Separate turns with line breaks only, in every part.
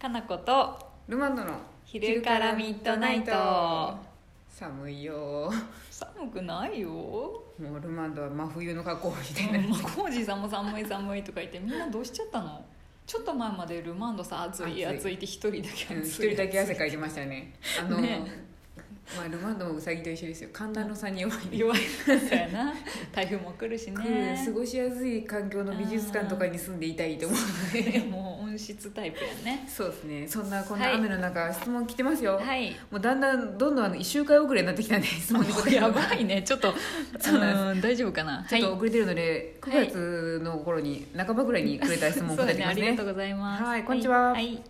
かなこと
ルマンドの
昼からミッドナイト
寒いよ
寒くないよ
もうルマンドは真冬の格好みたいな、
まあコージーさんも寒い寒いとか言ってみんなどうしちゃったのちょっと前までルマンドさ暑い
暑い
暑いって一人だけ
うん
暑い
一人だけ汗かいてましたねあの
ね
まあ、ルマンドもウサギと一緒ですよ寒暖の差に弱いね
弱いそうやな台風も来るしね
来る過ごしやすい環境の美術館とかに住んでいたいと思うので
もう温室タイプやね
そうですねそんなこん
は
ない雨の中、質問来てますよ、
はい
もうだんだんどんどんあの1週間遅れになって きたんで質問に答える
や
のが
ばいねちょっと
そうなんです
うん大丈夫かな
ちょっと
はい
遅れてるので、
は
9
い
月の頃に半ばぐらいにくれた質問を
そう
答
で
え
すねあ
てきます
りが
ね
とうございます
はいこんにちはい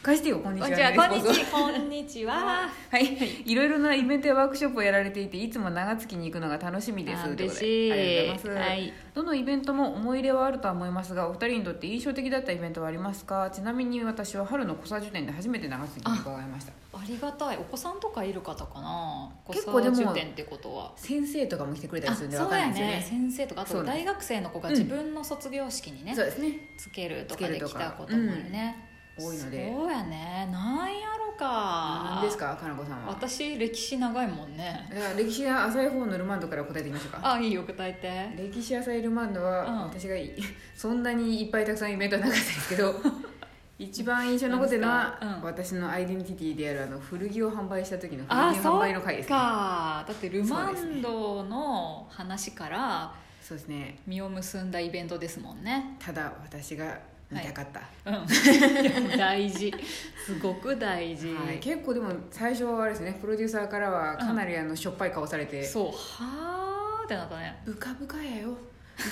返してよこんにち
こん
は
にちはこんに
こんにち
ちはこんにちは
はい、いろいろなイベントやワークショップをやられていていつも長月に行くのが楽しみです
あ
とう
嬉
こと
し
で
い
ありがとうございます、
はい
どのイベントも思い入れはあるとは思いますがお二人にとって印象的だったイベントはありますかちなみに私は春の小佐樹店で初めて長月に伺いました
ありがたいお子さんとかいる方かな
結構でも
子育て店ってことは
先生とかも来てくれたり
あ
す
そ
るんで分
う
かんな
や
いですよ
ね
ね
先生とかあ
そ
と
うなんで
大学生の子が
うん
自分の卒業式にね、
そうですね
つけるとかで
つける
き
とか
たこともね、
うん多いので
そうやねなんやろか
何ですかかなこさんは
私歴史長いもんね
じゃあ歴史が浅い方のルマンドから答えてみましょうか
あいいよ答えて
歴史浅いルマンドは
うん
私がい そんなにいっぱいたくさんイベントはなかったんですけ ど一番印象に残ってるのは、
うん
私のアイデンティティであるあの古着を販売した時の
あ
古着販
そ
売の回で
う
す、ね、
かだってルマンドの話から
そうですね
実を結んだイベントですもんね
ただ私が見たかった、は
うん大事すごく大事、
い結構でも最初はあれですねプロデューサーからはかなりあのしょっぱい顔されて、
そうはあってなったね
ブカブカやよ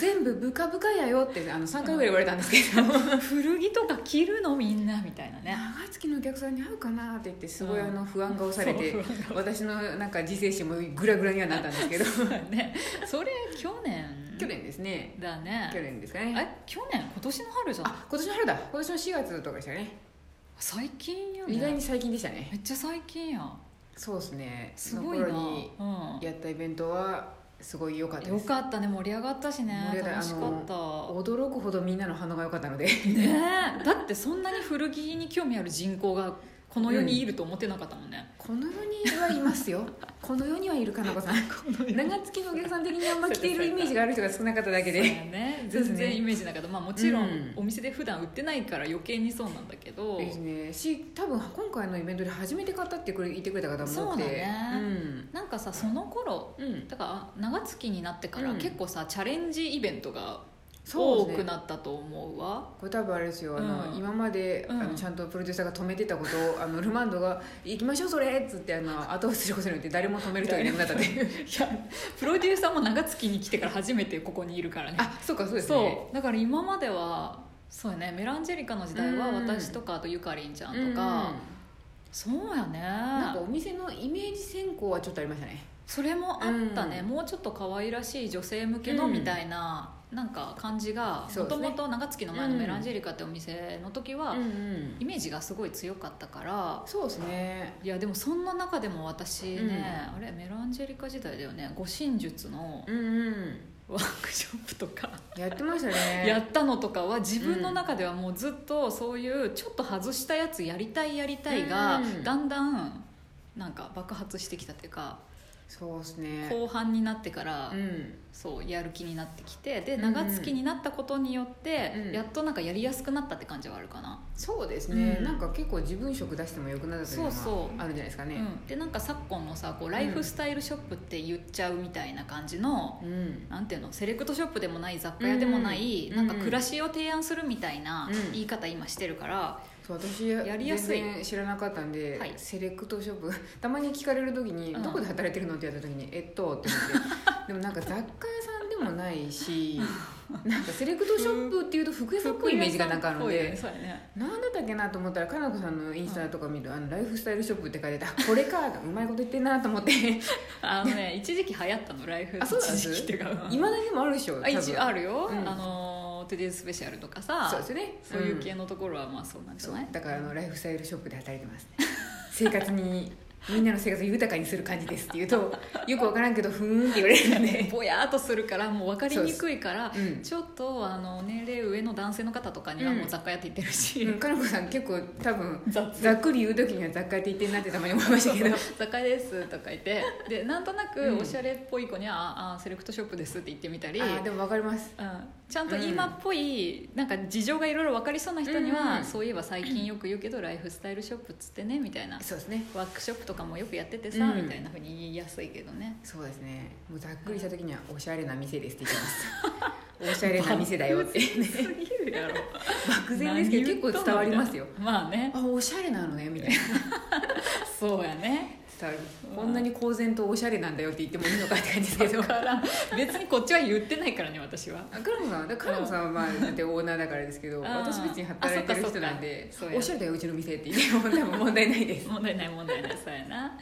全部ブカブカやよってあの3回ぐらい言われたんですけど、
古着とか着るのみんなみたいなね
長月のお客さんに合うかなって言ってすごいあ
う
の不安が押されて、
そう
私のなんか自制心もグラグラにはなったんですけど
ね それ去年
去年ですね
だね
去年ですかね
え去年今年の春じゃん
あ今年の春だ今年の4月とかでしたね
最近やね
意外に最近でしたね
めっちゃ最近や
そうですね
すごいな、
その頃に
うん、
やったイベントはすごい良かった
よ
です
かったね盛り上がったしね
盛り上がった
楽しかっ
驚くほどみんなの反応が良かったので
たねえだってそんなに古着に興味ある人口がこの世にいると思ってなかったもんね、
この世にはいますよこの世にはいるかな こさん長月のお客さん的にあんま着ているイメージがある人が少なかっただけ
そうや
で
ね
そうです
全
ね
然イメージなかった、まあ、もちろん
うん
お店で普段売ってないから余計にそうなんだけど、
ですねし多分今回のイベントで初めて買ったってくれ言ってくれた方も多くて
そうだねなんかさその頃
うん、うん、
だから長月になってから
うん
結構さ、チャレンジイベントが
そう
多
です
く
ね
なったと思うわ
これ多分あれですよあの、
うん
今まで、
うん
あのちゃんとプロデューサーが止めてたことをあのルマンドが「行きましょうそれ!」っつって あの後押しすることによって誰も止める人がいなくなったっていう
いやプロデューサーも長月に来てから初めてここにいるからね
あそうかそうです
そう,、
ね
だから今まではそうやねメランジェリカの時代は
うん
私とかあとゆかりんちゃん
うん
とか、そうや
なんか
ね
お店のイメージ選考はちょっとありましたね
それもあったね、
う
もうちょっと可愛らしい女性向けの
うん
みたいな、なんか感じが
そ
も
うで
と
すね
もと長月の前のメランジェリカってお店の時は、
うんうん
イメージがすごい強かったから
そうですね
いやでもそんな中でも私ね、あれメランジェリカ時代だよね護身術の
うんうん
ワークショップとか
やってましたね
やったのとかは自分の中ではもうずっとそういうちょっと外したやつやりたいやりたいが、
うん
だんだんなんか爆発してきたっていうか
そうですね
後半になってから、
うん
そうやる気になってきてで
うんうん
長月になったことによって、
うん
やっとなんかやりやすくなったって感じはあるかな、
そうですね、
うん
なんか結構自分色出してもよくなったというのは
そうそう
あるんじゃないですかね
うん、でなんか昨今のさこうライフスタイルショップって言っちゃうみたいな感じの、
うん、
なんていうのセレクトショップでもない雑貨屋でもない、
うん
なんか暮らしを提案するみたいな
うん
言い方今してるから、
そう私
やりやすい
全然知らなかったんで、
はい
セレクトショップ たまに聞かれる時に、
うん
どこで働いてるの?」って言われた時に「えっと」って思 ってでもなんか雑貨屋さんでもないしなんかセレクトショップっていうと服屋さんっぽいイメージがなんかあるの
服屋さ
で
っぽいよねそうやね
なんだったっけなと思ったらかなこさんのインスタとか見る、あのライフスタイルショップって書いてたこれかうまいこと言ってんなと思って
あのね 一時期流行ったのライフ
あそうなんで
一
す
時期っていうか
いまだにもあるでしょ
あ一あるよ、
うん
あのトゥデイスペシャルとかさ
そうですよね
そういう系のところはまあそうなんじ
そ
ゃ
う
ない、
だからあのライフスタイルショップで働いてますね生活にみんなの生活を豊かにする感じですって言う とよく分からんけどふーんって言われるんで、
ぼやーっとするからもう分かりにくいから
うん
ちょっとあの年齢上の男性の方とかにはもう雑貨屋って言ってるし、
うん、かなこさん結構多分
雑
ざっくり言う時には雑貨屋って言ってんなってたまに思いましたけ ど
雑貨屋ですとか言 ってでなんとな
う
く
ん
おしゃれっぽい子には、ああセレクトショップですって言ってみたり、
あーでも分かります
うんちゃんと今っぽい、なんか事情がいろいろ分かりそうな人には、
うん
そういえば最近よく言うけどライフスタイルショップっつってねみたいな
そうですね
ワークショップとかもよくやっててさ、
うん
みたいなふうに言いやすいけどね
そうですねもうざっくりした時にはおしゃれな店ですって言 ってますおしゃれな店だよ って
漠然すぎるやろ
漠然ですけ
何
ど結
言
構
っとんの
伝わりますよ
まあね
あおしゃれなのねみたいな
そうやね
伝わりますこんなに公然とおしゃれなんだよって言ってもいいのかって感じですけど
だから別にこっちは言ってないからね私は
あカラムさんはだからカラムさんはまあだってオーナーだからですけど
ん
私別に働いてる人なんで
あそっかそっかそうや
おしゃれだようちの店って言っても多分問題ない です
問題ない問題ないそうやな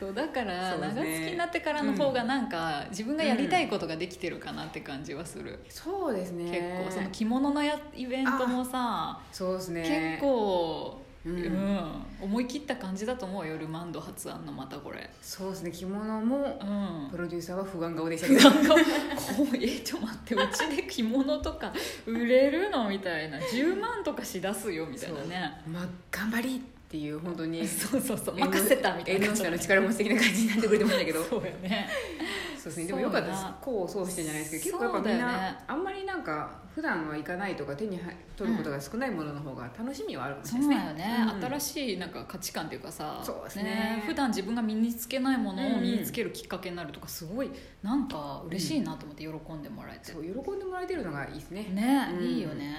そうだから
そうです
長
ね
月になってからの方がなんか、自分がやりたいことができてるかなって感じはする、
そうですね
結構その着物のやイベントもさ、
そうですね
結構、
う
うんん思い切った感じだと思うよルマンド発案のまたこれ
そうですね着物も
うん
プロデューサーは不安顔でしたけど
なんかこうえちょっと待ってうちで着物とか売れるのみたいな10万とかしだすよみたいなね
まあ、頑張りっていう本当に
そうそうそう任せたみたいな
営業者の力持ち的な感じになってくれてましたけどそ
そう
う
よね
ですねでもよかったです功を奏してじゃないですけど結構やっぱみん
そうだよ
な、
ね
あんまりなんか普段は行かないとか手に入取ることが少ないものの方が楽しみはあるかもし
そ
れな
う
い
だよね、
うん
新しいなんか価値観というかさ
そうですね
普段自分が身につけないものを
うん
身につけるきっかけになるとかすごいなんか嬉しいなと思って喜んでもらえて、
そう喜んでもらえてるのがいいですね
ね、
うん
いいよね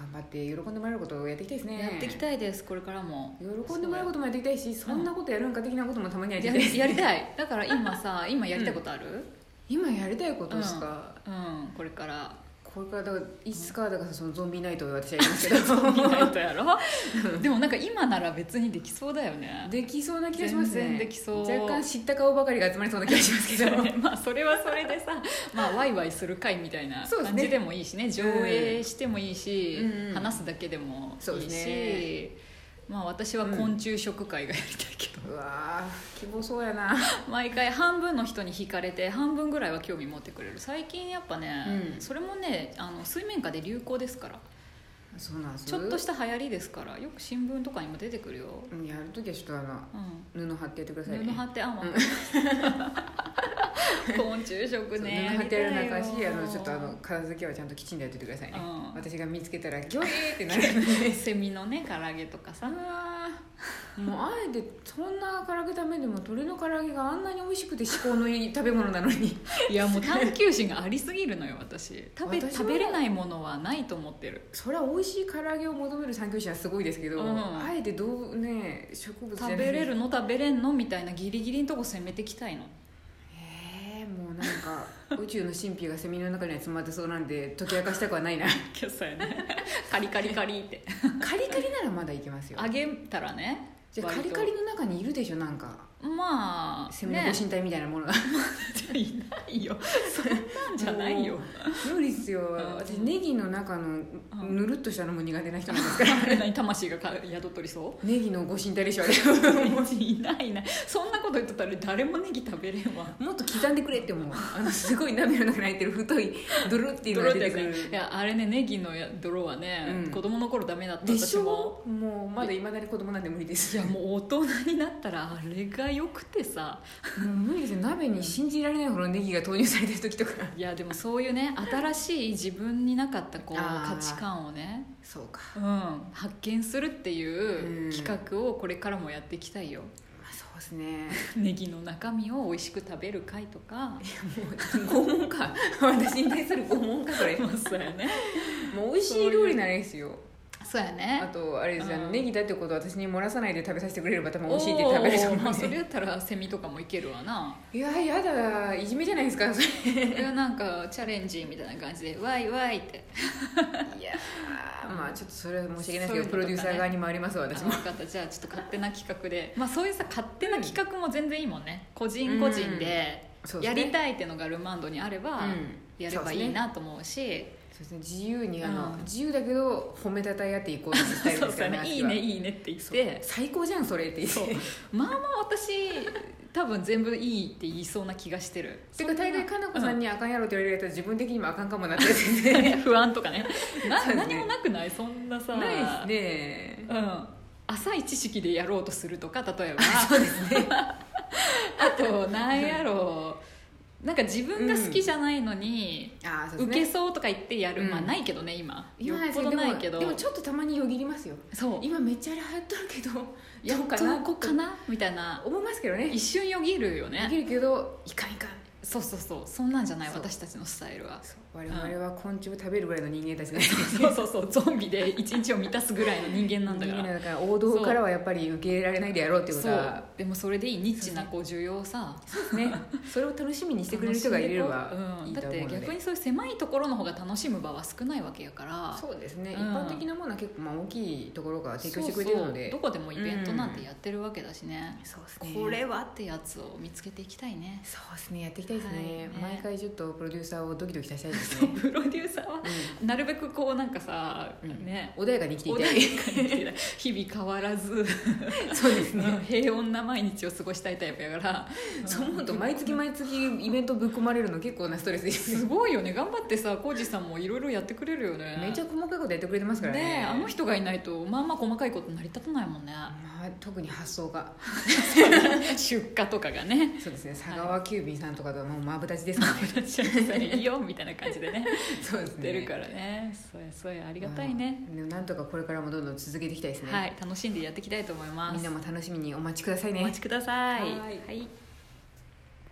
頑張って喜んでもらえることをやっていきたいですね
やっていきたいですこれからも
喜んでもらうこともやっていきたいしそんなことやるんか的なこともたまにやりた
や
いです
やりたいだから今 さ今やりたいことある、
今やりたいことですか、
うんこれから
これからだからいつかだからそのゾンビナイトを私はやりますけど
見ないとや ろでもなんか今なら別にできそうだよね
できそうな気がしますね
全然できそう
若干知った顔ばかりが集まりそうな気がしますけど
まあそれはそれでさ、まあ、ワイワイする会みたいな
そうです
感
ね
じでもいいしね上映してもいいし、
うんうん
話すだけでも
そう
い
で
い
す
し、
ね
まあ、私は昆虫食会がやりたいけど、
うわー希望そうやな
毎回半分の人に惹かれて半分ぐらいは興味持ってくれる最近やっぱね、
うん
それもねあの水面下で流行ですから
そうなんです
ちょっとした流行りですからよく新聞とかにも出てくるよ、
うんやるときはちょっとあの
うん
布貼ってやってくださいね
布貼ってあんわ、 昆虫食
そう
ね
布貼ってやる
りた
中
い
し
よ
あのちょっとあの片付けはちゃんときちんとやっててくださいね、
うん
私が見つけたら「ギョエー!」ってな るので
セミのね唐揚げとかさ
うわーもうあえてそんな唐揚げためでも鶏の唐揚げがあんなに美味しくて至高のいい食べ物なのに
いやもう探求心がありすぎるのよ私食べ
私も
食べれないものはないと思ってる
そりゃ美味しい唐揚げを求める産業者はすごいですけど、
うん
あえてどうね植物じゃな
食
い
べれるの食べれんのみたいなギリギリのとこ攻めてきたいの
えー、もうなんか宇宙の神秘がセミの中には詰まってそうなんで解き明かしたくはな いな
今日さやねカリカリカリって
カリカリならまだいけますよ
揚げたらね
じゃあカ
割
リ
と
カリの中にいるでしょなんか
まあ
セミのご神体みたいなものが、
ねい ないよそんなんじゃないよ
も無理っすよ
ん
私ネギの中の
ん
ぬるっとしたのも苦手な人なんですから
あれ何魂がか宿取り そう
ネギのご神体でしょあ
いないいないそんなこと言ってたら誰もネギ食べれんわ
れもっと刻んでくれって思うあのすごい鍋の中に入ってる太いドロっていうの
泥
が
っ
出
て
て
や
く
つ
る
ねいやあれねネギのや泥はね、
うん
子供の頃ダメだった
でし
私も
ょもうまだいまだに子供なんで無理です
いやもう大人になったらあれがよくてさ
もう無理ですよ鍋に信じられないほどネギが投入されてる時とか
いやでもそういうね新しい自分になかったこう
あー
価値観をね、
そうか
うん、発見するっていううん企画をこれからもやっていきたいよ、
まあそうですね
ネギの中身を美味しく食べる会とか
拷問か私に対する拷問かそれも
まあそうやね
う美味しい料理ならいいですよ
そうや
あ
ね
とあれですよ
うん
ネギだってことを私に漏らさないで食べさせてくれれば多分美味しいって食べれちゃう
おーま
も
あ
ん
それ
ね
やったらセミとかもいけるわない
ややだいじめじゃないですかそれ
これはなんかチャレンジみたいな感じで「わいわい」って
いやーまあちょっとそれは申し訳ないですけど、
そういうことかね
プロデューサー側に回りますわ私も
分かったじゃあちょっと勝手な企画でまあそういうさ勝手な企画も全然いいもんね個人個人で
そうです
や
ね
りたいってのがルマンドにあれば
うん
やればいいなと思うし、
そうですね自由にあの、
うん
自由だけど褒めたたえ合っていこうというスタイル
そう
です
そ
か
うね
らね秋
いい
は
ねいいねって言っ
そう
て
最高じゃんそれって言っ
そう
て
まあまあ私多分全部いいって言いそうな気がしてる
てか大概かなこさんにあかんやろって言われるやつは自分的にもあかんかもなってやつです
そんな
ね
不安とかね な
そうです
何
ね
もなくないそんなさ
ないですね
うん、浅い知識でやろうとするとか例えばそうです ねあとなんやろうなんか自分が好きじゃないのに、
ああそう
受
で
け
すね
そうとか言ってやる、
うん
まあないけどね今よ
今
っ
はです
ぽ
ね
どないけど
でもでもちょっとたまによぎりますよ
そう
今めっちゃあれ流行っとるけど
や
ど
っ
うか
と
な
こかなみたいな
思いますけどね
一瞬よぎるよ
で
ね
きるけどいかんいかん
そうそうそうそんなんじゃない
そう
私たちのスタイルは
そう我々は昆虫食べるぐらいの人間たちなんで
そうそうそうゾンビで一日を満たすぐらいの人間なんだ
人
か
間
ら
だから王道からはやっぱり受け入れられないでやろうっていうこ
そ
と
う
は
でもそれでいいニッチなこう需要をさ
ねそれを楽しみにしてくれる人がいれば
うん
いいと
だっ
思う
て
ので
逆にそういう狭いところの方が楽しむ場は少ないわけやから
そうですね、
うん
一般的なものは結構まあ大きいところから提供してくれてるので
そうそうどこでもイベントなんてやってるわけだしね、
そうです
これはってやつを見つけていきたいね
そうですねやっていきたいですね,、
はいね
毎回ちょっとプロデューサーをドキドキさせたいですね、
プロデューサーはなるべくこうなんかさ、
うん
ね
うん、穏やかに生きてい
穏
た
や
い
かに生きてたい日々変わらず
そうです
うん平穏な毎日を過ごしたいタイプやから、
そう思うと毎月毎月イベントぶっ込まれるの結構なストレスです
すごいよね頑張ってさ浩二さんもいろいろやってくれるよね
めっちゃ細かいことやってくれてますからね
ねえあの人がいないとまあまあ細かいこと成り立たないもんね
まあ、特に発想が
出荷とかが ね
そうですね佐川急便さんとかとはもうまぶたちですからね
私はいいよみたいな感じでね
そう です
出るからねそうやそうやありがたいね、
まあでもなんとかこれからもどんどん続けていきたいですね、
はい楽しんでやっていきたいと思います
みんなも楽しみにお待ちくださいね
お待ちください
はい
はい